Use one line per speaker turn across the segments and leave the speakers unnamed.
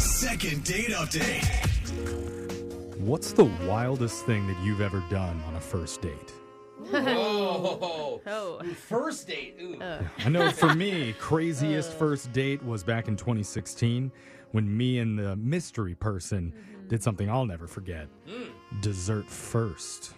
Second date update.
What's the wildest thing that you've ever done on a first date?
Oh.
Oh.
First date. Ooh.
I know for me, craziest first date was back in 2016 when me and the mystery person did something I'll never forget. Dessert first.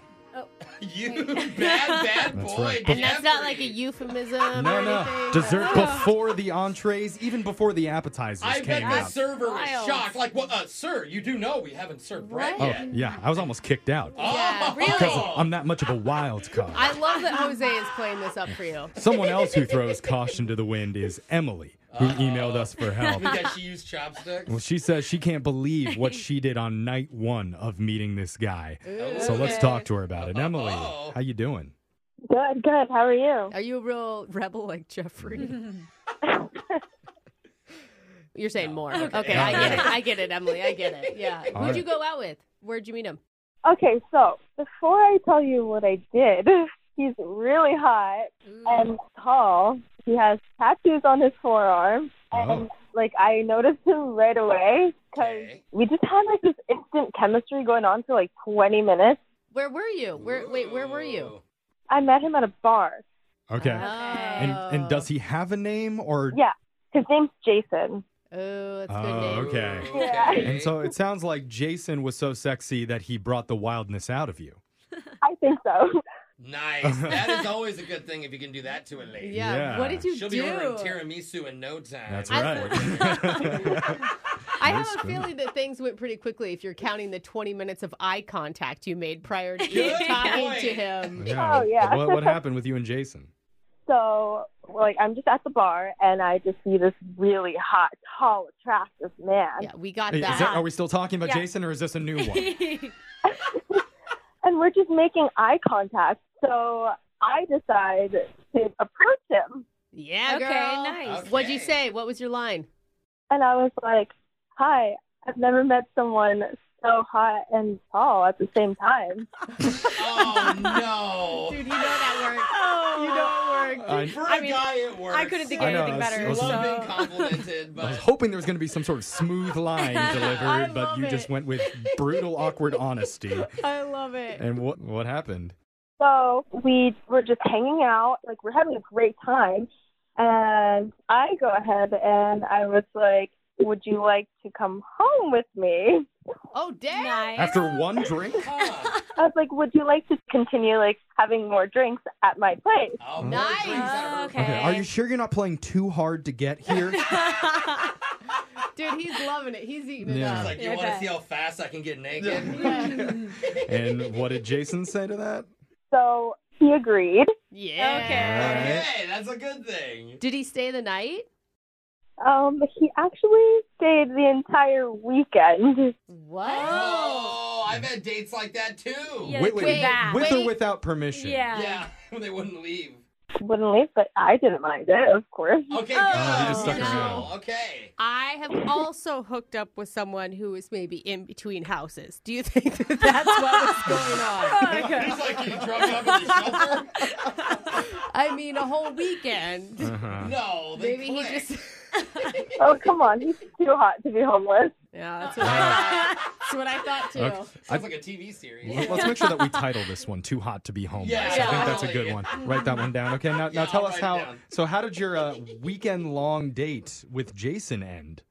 you bad, bad
That's
boy.
right.
And that's not
Jeffrey.
like a euphemism.
No,
or
no.
anything.
Dessert before the entrees, even before the appetizers
I bet
came
the
out.
server was
Wild.
shocked. Like, well, uh, sir, you do know we haven't served bread
Right.
yet.
Yeah, I was almost kicked out.
Yeah,
Oh.
really.
Because I'm that much of a wild card.
I love that Jose is playing this up for you.
Someone else who throws caution to the wind is Emily, who emailed us for help.
Because she used chopsticks.
Well, she says she can't believe what she did on night one of meeting this guy. So let's
Okay.
talk to her about it. Emily,
Uh-oh.
how you doing?
Good, good. How are you?
Are you a real rebel like Jeffrey? You're saying more. Okay, I
No,
get
yeah.
it. I get it, Emily. I get it. Yeah.
All
Who'd
right.
you go out with? Where'd you meet him?
Okay, so before I tell you what I did, he's really hot and tall. He has tattoos on his forearm. And,
Oh.
like, I noticed him right away because
Okay.
we just had, like, this instant chemistry going on for, like, 20 minutes.
Where were you? Where wait, where were you?
I met him at a bar.
Okay. and
Oh.
and does he have a name or
Yeah, his name's Jason.
Oh, that's a
Oh,
good name.
okay. And so it sounds like Jason was so sexy that he brought the wildness out of you.
I think so.
nice. That is always a good thing if you can do that to a lady.
Yeah.
Yeah.
What did you
She'll
do?
be ordering tiramisu in no time.
That's
I-
right.
I have
Nice
a
one.
feeling that things went pretty quickly if you're counting the 20 minutes of eye contact you made prior to you
Good
talking
point.
to him.
Oh, yeah.
What what happened with you and Jason?
So, like, I'm just at the bar and I just see this really hot, tall, attractive man.
Yeah, we got
Hey, is
that.
that- are we still talking about
Yeah.
Jason or is this a new one?
and we're just making eye contact. So I decide to approach him,
yeah,
Okay,
girl.
nice.
What'd you
Okay.
say? What was your line?
and I was like, "Hi, I've never met someone so hot and tall at the same time."
Oh, no.
Dude, you know that
Oh,
worked. You know it worked.
I,
For a
I mean,
guy, it works.
I couldn't think
I
of
know,
anything
that's-
better.
I was-
Love being
so.
I was
complimented, but
hoping there was going to be some sort of smooth line delivered, but
love
you just
it.
went with brutal, awkward honesty.
I love it.
And what what happened?
So we were just hanging out, like we're having a great time, and I go ahead and I was like, "Would you like to come home with me?"
Oh, damn.
Nice.
After one drink?
huh.
I was like, "Would you like to continue like having more drinks at my place?"
Oh, more
Nice.
drinks out of her-
Okay.
Okay. Are you sure you're not playing too hard to get here?
Dude, he's loving it. He's eating it
Yeah.
up.
She's like, you
I
want to
bet.
see how fast I can get naked?
yeah.
and what did Jason say to that?
So he agreed.
Yeah.
Okay.
Alright.
Okay, that's a good thing.
Did he stay the night?
Um, he actually stayed the entire weekend.
What?
Oh, I've had dates like that too.
Yeah,
wait, wait,
wait,
that.
with or
wait.
without permission?
Yeah.
Yeah, when they wouldn't leave.
Wouldn't leave, but I didn't mind it, of course.
Okay,
Oh,
good.
you just stuck
her
No,
out.
Okay.
I have also hooked up with someone who is maybe in between houses. Do you think that that's what was going on?
He's like, you drug up in the shelter?
I mean, a whole weekend.
Uh-huh.
No, they
Maybe he
clicked.
just.
Oh, come on. He's too hot to be homeless.
Yeah, that's what I thought. That's what I thought too.
Okay.
Sounds like a TV series.
Let- Let's make sure that we title this one "Too Hot to Be Homeless."
Yeah,
I
yeah,
think that's a
totally.
good one. Write that one down. Okay, now,
Yeah,
now tell
I'll
us
write it
how.
down.
So, how did your uh, weekend-long date with Jason end?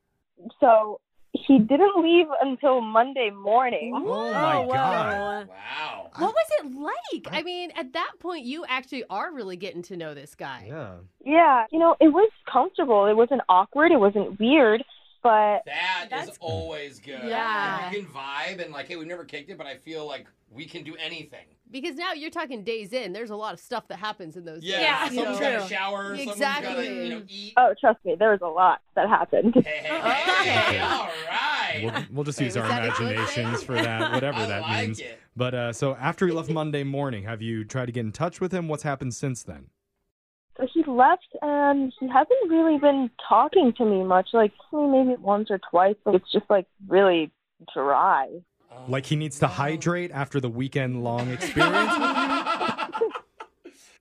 So he didn't leave until Monday morning.
Oh my god!
Whoa.
Wow.
What was it like? I mean, at that point, you actually are really getting to know this guy.
Yeah.
Yeah, you know, it was comfortable. It wasn't awkward. It wasn't weird. But
That is
That's-
always good.
Yeah.
If You can vibe and like, hey, we've never kicked it, but I feel like we can do anything.
Because now you're talking days in. There's a lot of stuff that happens in those
Yeah.
Yeah,
days. you
someone's
know.
got to shower. Someone's got to,
Exactly.
you know, eat.
oh, trust me, there was a lot that happened.
Hey, hey,
Okay.
hey, all right.
We'll, we'll just
Wait,
use
was
our
that a good
imaginations
thing?
for that, whatever
I
that
like
means.
it.
But uh, so after he left Monday morning, have you tried to get in touch with him? What's happened since then?
So he left and he hasn't really been talking to me much. Like, maybe once or twice, but it's just like really dry.
Uh.
Like he needs to hydrate after the weekend long experience.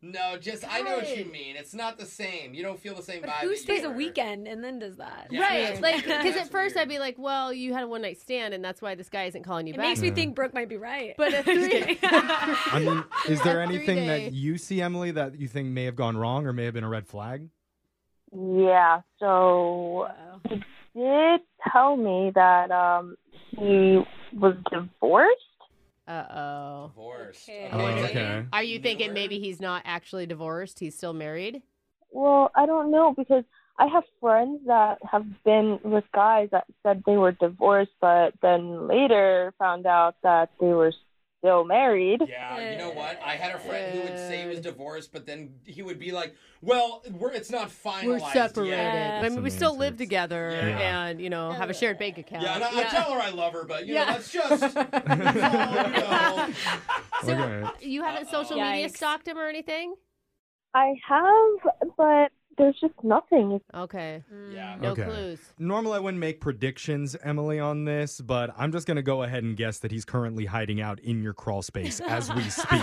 No, just I know what you
Right.
mean. It's not the same. You don't feel the same
But
vibe.
who
that you
stays a
were.
weekend and then does that?
Yeah,
right.
that's
Like,
weird.
because
That's
at first
weird.
I'd be like, well, you had a one night stand, and that's why this guy isn't calling you
It
back.
makes me
Yeah.
think Brooke might be right.
But a
Just
three-
kidding.
I mean, is there
A
anything
three-day-
that you see, Emily, that you think may have gone wrong or may have been a red flag?
Yeah, so
Wow.
did tell me that um he was divorced.
Uh oh.
Divorced.
Okay.
Oh,
Maybe.
okay.
Are you thinking
Newer?
maybe he's not actually divorced? He's still married?
Well, I don't know because I have friends that have been with guys that said they were divorced, but then later found out that they were still married.
Yeah, you know what? I had a friend who would say he was
Uh,
divorced, but then he would be like, "Well, we're it's not finalized."
We're separated.
Yet.
Yeah.
I mean, we
Some
still live
answers.
together
Yeah.
and, you know, have a shared bank account.
Yeah, and I, I
Yeah.
tell her I love her, but you know
Yeah.
that's just. that's all, you know.
So,
Okay.
You haven't social
Uh-oh.
media
Yikes.
stalked him or anything?
I have, but there's just nothing.
Okay.
Yeah.
No
Okay.
clues.
Normally, I wouldn't make predictions, Emily, on this, but I'm just going to go ahead and guess that he's currently hiding out in your crawl space as we speak.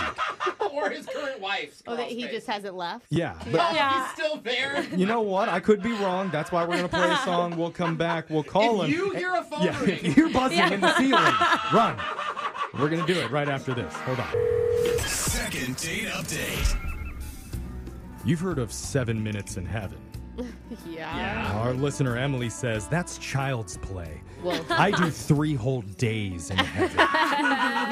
or his current wife's.
Oh, that
crawl
he
space.
just hasn't left?
Yeah. But
Oh,
Yeah.
he's still there.
you know what? I could be wrong. That's why we're going to play a song. We'll come back. We'll call
If
him.
you hear a phone
e-, yeah,
ring,
if you're buzzing in the ceiling, run. We're going to do it right after this. Hold on.
Second date update.
You've heard of Seven Minutes in Heaven.
Yeah.
Our listener Emily says that's child's play.
Well,
I do three whole days in heaven.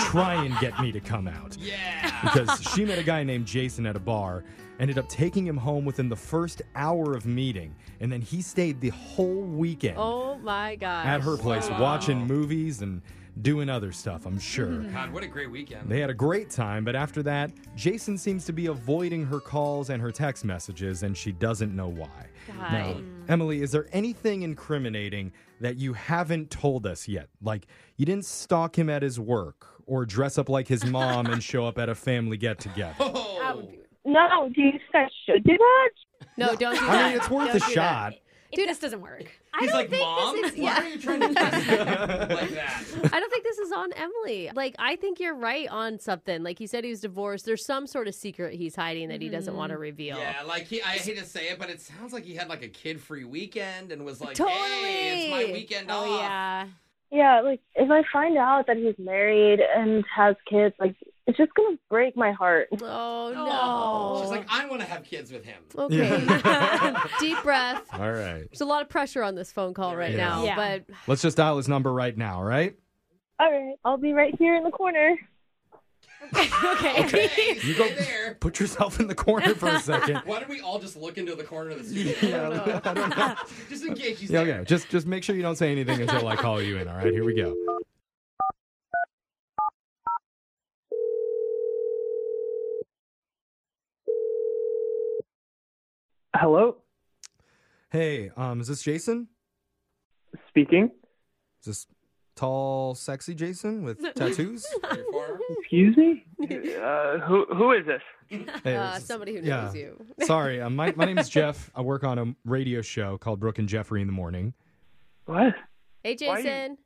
Try and get me to come out.
yeah.
Because she met a guy named Jason at a bar, ended up taking him home within the first hour of meeting, and then he stayed the whole weekend
oh my gosh.
at her place
Wow.
watching movies and doing other stuff, I'm sure.
God, what a great weekend.
They had a great time, but after that, Jason seems to be avoiding her calls and her text messages, and she doesn't know why. Now, Emily, is there anything incriminating that you haven't told us yet? Like, you didn't stalk him at his work or dress up like his mom and show up at a family get together?
oh.
That would be weird.
No, do you guys should do that?
No, don't do that.
I mean, it's worth
Don't
a
do that.
shot.
Dude, this doesn't work.
He's like, mom,
is-
why are you trying to kiss me like that?
I don't think this is on Emily. Like, I think you're right on something. Like, you said he was divorced. There's some sort of secret he's hiding that he doesn't want to reveal.
Yeah, like he, I hate to say it, but it sounds like he had like a kid-free weekend and was like,
Totally.
"Hey, it's my weekend off."
Oh yeah.
Yeah, like if I find out that he's married and has kids, like it's just gonna break my heart.
Oh, no.
Oh.
She's like, "I want to have kids with him."
okay.
Yeah.
Deep breath.
All right.
There's a lot of pressure on this phone call right
Yeah.
now,
Yeah.
but
Let's just dial his number right now, all right?
All right, I'll be right here in the corner.
okay.
Hey,
You
stay
go
there.
put yourself in the corner for a second.
Why don't we all just look into the corner of the studio?
yeah, I don't know.
Just in case he's
Yeah,
there.
okay. Just just make sure you don't say anything until I call you in. All right, here we go.
Hello,
Hey, um, is this Jason?
speaking.
Is this tall, sexy Jason with tattoos?
Uh,
Your forearm.
Excuse me. Uh, who who is this?
Hey,
uh,
this is-
somebody who
yeah.
knows you.
Sorry, uh, my my name is Jeff. I work on a radio show called Brooke and Jeffrey in the morning.
What?
Hey,
Why you-
Jason.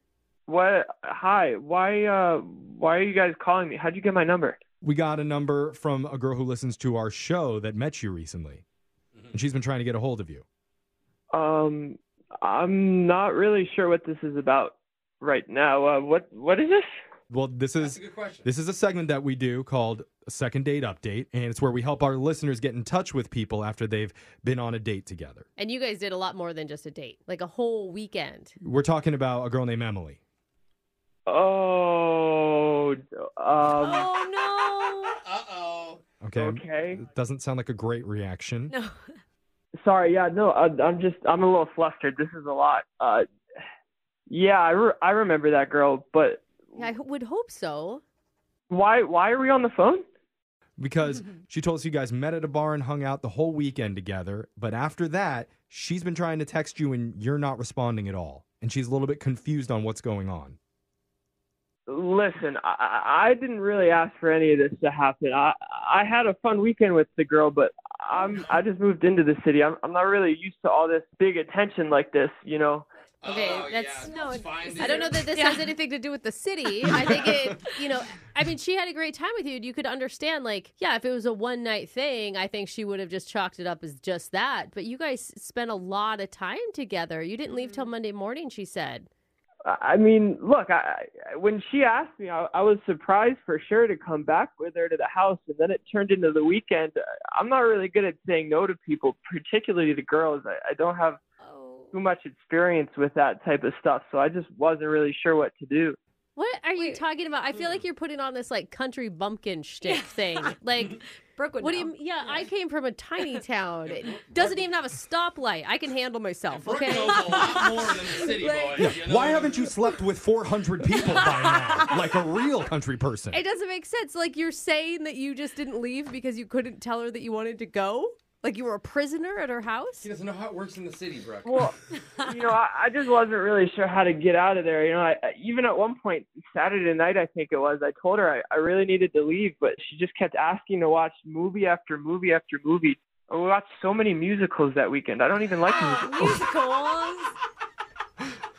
What? Hi. Why? Uh, why are you guys calling me? How'd you get my number?
We got a number from a girl who listens to our show that met you recently, and she's been trying to get a hold of you.
Um, I'm not really sure what this is about right now. Uh, what what is this?
Well, this
That's
is
a good question.
This is a segment that we do called a second date update, and it's where we help our listeners get in touch with people after they've been on a date together.
And you guys did a lot more than just a date, like a whole weekend.
We're talking about a girl named Emily.
Oh, um,
Oh
Uh oh.
Okay.
okay.
It doesn't sound like a great reaction.
no. No.
Sorry. Yeah. No. I, I'm just. I'm a little flustered. This is a lot. Uh, yeah. I re- I remember that girl, but
I h- would hope so.
why why are we on the phone?
Because she told us you guys met at a bar and hung out the whole weekend together, but after that, she's been trying to text you and you're not responding at all. And she's a little bit confused on what's going on.
Listen, I, I I didn't really ask for any of this to happen. I I had a fun weekend with the girl, but I'm I just moved into the city. I'm I'm not really used to all this big attention like this, you know.
Okay,
Oh,
that's-
yeah,
No,
it's
it-
fine,
I don't know
dude.
that this
Yeah.
has anything to do with the city. I think it, you know, I mean, she had a great time with you. and You could understand, like, yeah, if it was a one night thing, I think she would have just chalked it up as just that. But you guys spent a lot of time together. You didn't leave till Monday morning, she said.
I I mean, look, I, I- when she asked me, I, I was surprised for sure to come back with her to the house, and then it turned into the weekend. I'm not really good at saying no to people, particularly to girls. I, I don't have
Oh.
too much experience with that type of stuff, so I just wasn't really sure what to do.
What are you
Wait.
talking about? I feel like you're putting on this like country bumpkin shtick
Yeah.
thing. Like,
Brooke would
what do
know.
you? Yeah, I came from a tiny town. It doesn't even have a stoplight. I can handle myself.
Brooke
Okay.
knows a lot more than the city boy.
Yeah.
you know?
Why haven't you slept with 400 people by now? Like a real country person.
It doesn't make sense. Like you're saying that you just didn't leave because you couldn't tell her that you wanted to go. Like you were a prisoner at her house.
He doesn't know how it works in the city, Brooke.
Well, you know, I, I just wasn't really sure how to get out of there. You know, I, I- even at one point, Saturday night, I think it was, I told her I, I really needed to leave, but she just kept asking to watch movie after movie after movie. We watched so many musicals that weekend. I don't even like musicals.
musicals.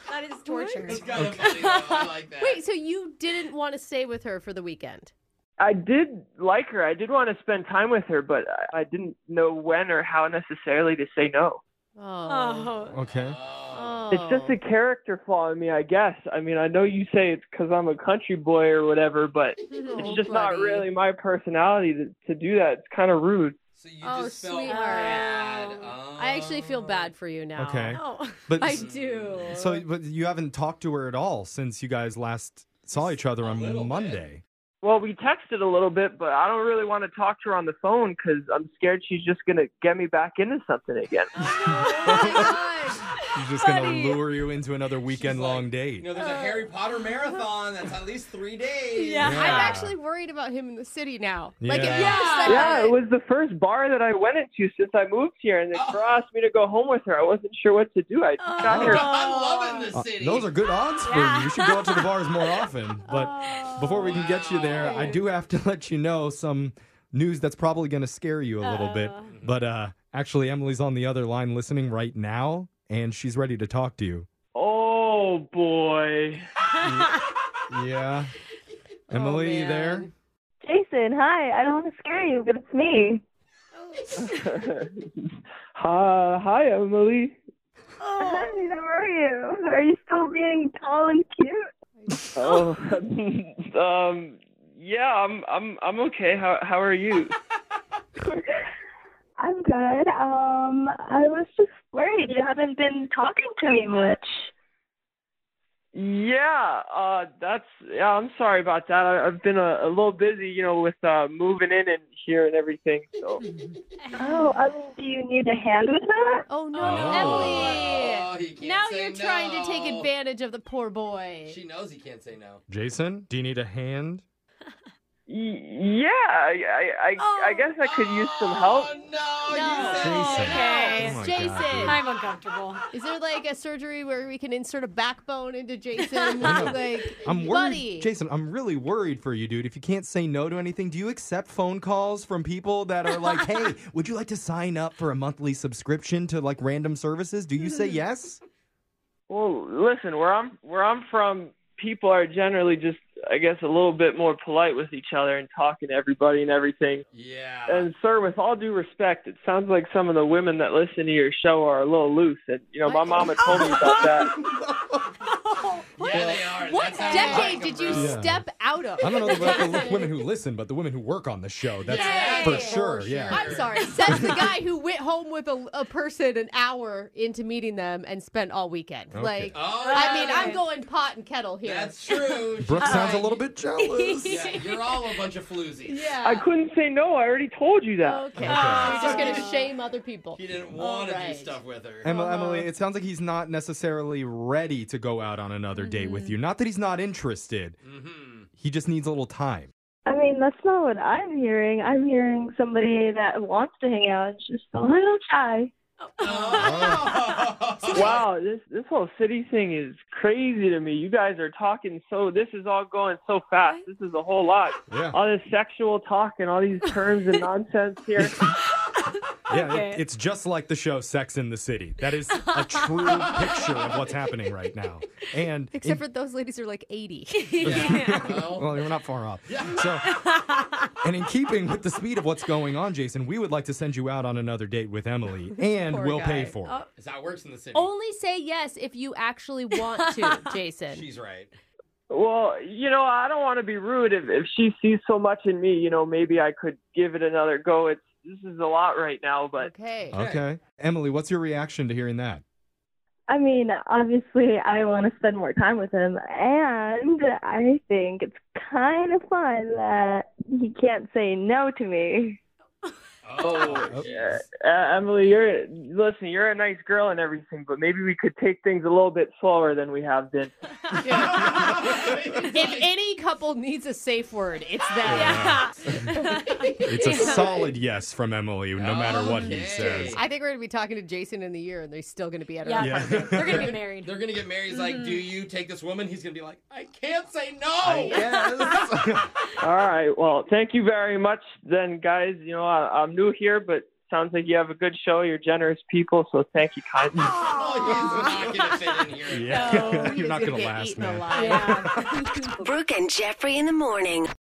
that is torture.
That's kind of funny, though. I like that.
Wait, so you didn't want to stay with her for the weekend?
I did like her. I did want to spend time with her, but I, I didn't know when or how necessarily to say no.
Oh.
Oh.
Okay.
Oh.
It's just a character flaw in me, I guess. I mean, I know you say it's because I'm a country boy or whatever, but it's just not really my personality to, to do that. It's kind of rude.
So you
Oh,
just felt
sweetheart.
bad.
Oh. I actually feel bad for you now.
Okay.
Oh.
But
I do.
so but you haven't talked to her at all since you guys last saw each other
A little
on
bit.
Monday.
Well, we texted a little bit, but I don't really want to talk to her on the phone because I'm scared she's just going to get me back into something again.
Oh
She's just going to lure you into another weekend long date.
You know,
Uh.
there's a Harry Potter marathon that's at least three days.
Yeah.
Yeah.
I'm actually worried about him in the city now. Like,
Yeah.
at first I
Yeah,
thought-
it was the first bar that I went into since I moved here, and they asked me to go home with her. I wasn't sure what to do. I just got here.
I'm loving
Uh,
the city.
those are good odds for you. You should go out to the bars more often. But before we can get you there, I
wow.
do have to let you know some news that's probably going to scare you a little bit.
Uh-oh.
But uh, actually, Emily's on the other line listening right now, and she's ready to talk to you.
Oh boy.
Yeah.
Oh,
Emily, you there?
Jason, hi. I don't want to scare you, but it's me.
hi, hi, Emily.
Hi, how are you? Are you still being tall and cute?
Oh, um, yeah, I'm, I'm, I'm okay. How, how are you?
I'm good. Um, I was just worried you haven't been talking to me much.
Yeah, uh, that's. Yeah, I'm sorry about that. I, I've been a, a little busy, you know, with uh, moving in and here and everything. So
Oh, I mean, do you need a hand with that?
Oh no,
Oh.
Emily!
Oh, he can't
Now
say
you're trying to take
no.
advantage of the poor boy.
She knows he can't say no.
Jason, do you need a hand?
y- yeah, I, I, I, I guess I could use some help.
Oh, no.
No.
You
Jason.
said
Okay.
Oh my God,
Jason.
dude.
I'm uncomfortable.
Is there like a surgery where we can insert a backbone into Jason?
I know.
like,
I'm worried.
buddy.
Jason, I'm really worried for you, dude. If you can't say no to anything, do you accept phone calls from people that are like, hey, would you like to sign up for a monthly subscription to like random services? Do you say yes?
Well, listen, where I'm where I'm from, people are generally just, I guess, a little bit more polite with each other and talking to everybody and everything.
Yeah.
And sir, with all due respect, it sounds like some of the women that listen to your show are a little loose. And you know, my mama told me about that.
yeah, they are.
What
That's how you
decade
like 'em,
did you
bro.
Yeah.
step out of?
I don't know about the li- women who listen, but the women who work on the show. That's
Yeah,
for
for
sure.
sure.
Yeah.
I'm sorry. Says the guy who went home with a, a person an hour into meeting them and spent all weekend.
Okay.
Like,
Oh,
I mean, I'm
Right.
going pot and kettle here.
That's true.
Brooke
She's
sounds a
right.
little bit jealous.
Yeah, you're all a bunch of floozies.
yeah.
I couldn't say no. I already told you that.
okay.
Uh,
You're just gonna shame other people.
He didn't want to
All right.
do stuff with her.
Emily, Emily, it sounds like he's not necessarily ready to go out on another date
Mm-hmm.
with you. Not that he's not interested,
Mm-hmm.
he just needs a little time.
I mean, that's not what I'm hearing. I'm hearing somebody that wants to hang out is just a little shy.
Oh.
Wow, this this whole city thing is crazy to me. You guys are talking so. This is all going so fast. This is a whole lot.
Yeah.
All this sexual talk and all these terms and nonsense here.
Yeah,
Okay.
it- it's just like the show Sex in the City. That is a true picture of what's happening right now. And
Except for those ladies are like 80.
Well,
Well, you're not far off. So, and in keeping with the speed of what's going on, Jason, we would like to send you out on another date with Emily, and
Poor
we'll pay
guy.
for it.
Oh,
is how it works in the city.
Only say yes if you actually want to, Jason.
She's right.
Well, you know, I don't want to be rude. If, if she sees so much in me, you know, maybe I could give it another go. It's this is a lot right now, but
Oh,
Okay.
okay. Emily, what's your reaction to hearing that?
I mean, obviously, I want to spend more time with him, and I think it's kind of fun that he can't say no to me.
Oh,
Oh.
yes.
uh, Emily, you're listen, you're a nice girl and everything, but maybe we could take things a little bit slower than we have been.
If any couple needs a safe word, it's
Uh, Yeah.
that.
It's a solid yes from Emily, no matter what he
Okay.
says.
I think we're going to be talking to Jason in the year and they're still going to be at
Yeah.
our
Yeah.
They're going to be married.
They're gonna get married. He's
Mm-hmm.
like, "Do you take this woman?" He's gonna be like, "I can't say no."
Yes.
All right. Well, thank you very much, then, guys. You know, I, I'm new here, but sounds like you have a good show. You're generous people, so thank you kindly.
Oh, he's not gonna fit in here.
yeah.
No,
You're not
going to
last, man.
Yeah.
Brooke and Jeffrey in the morning.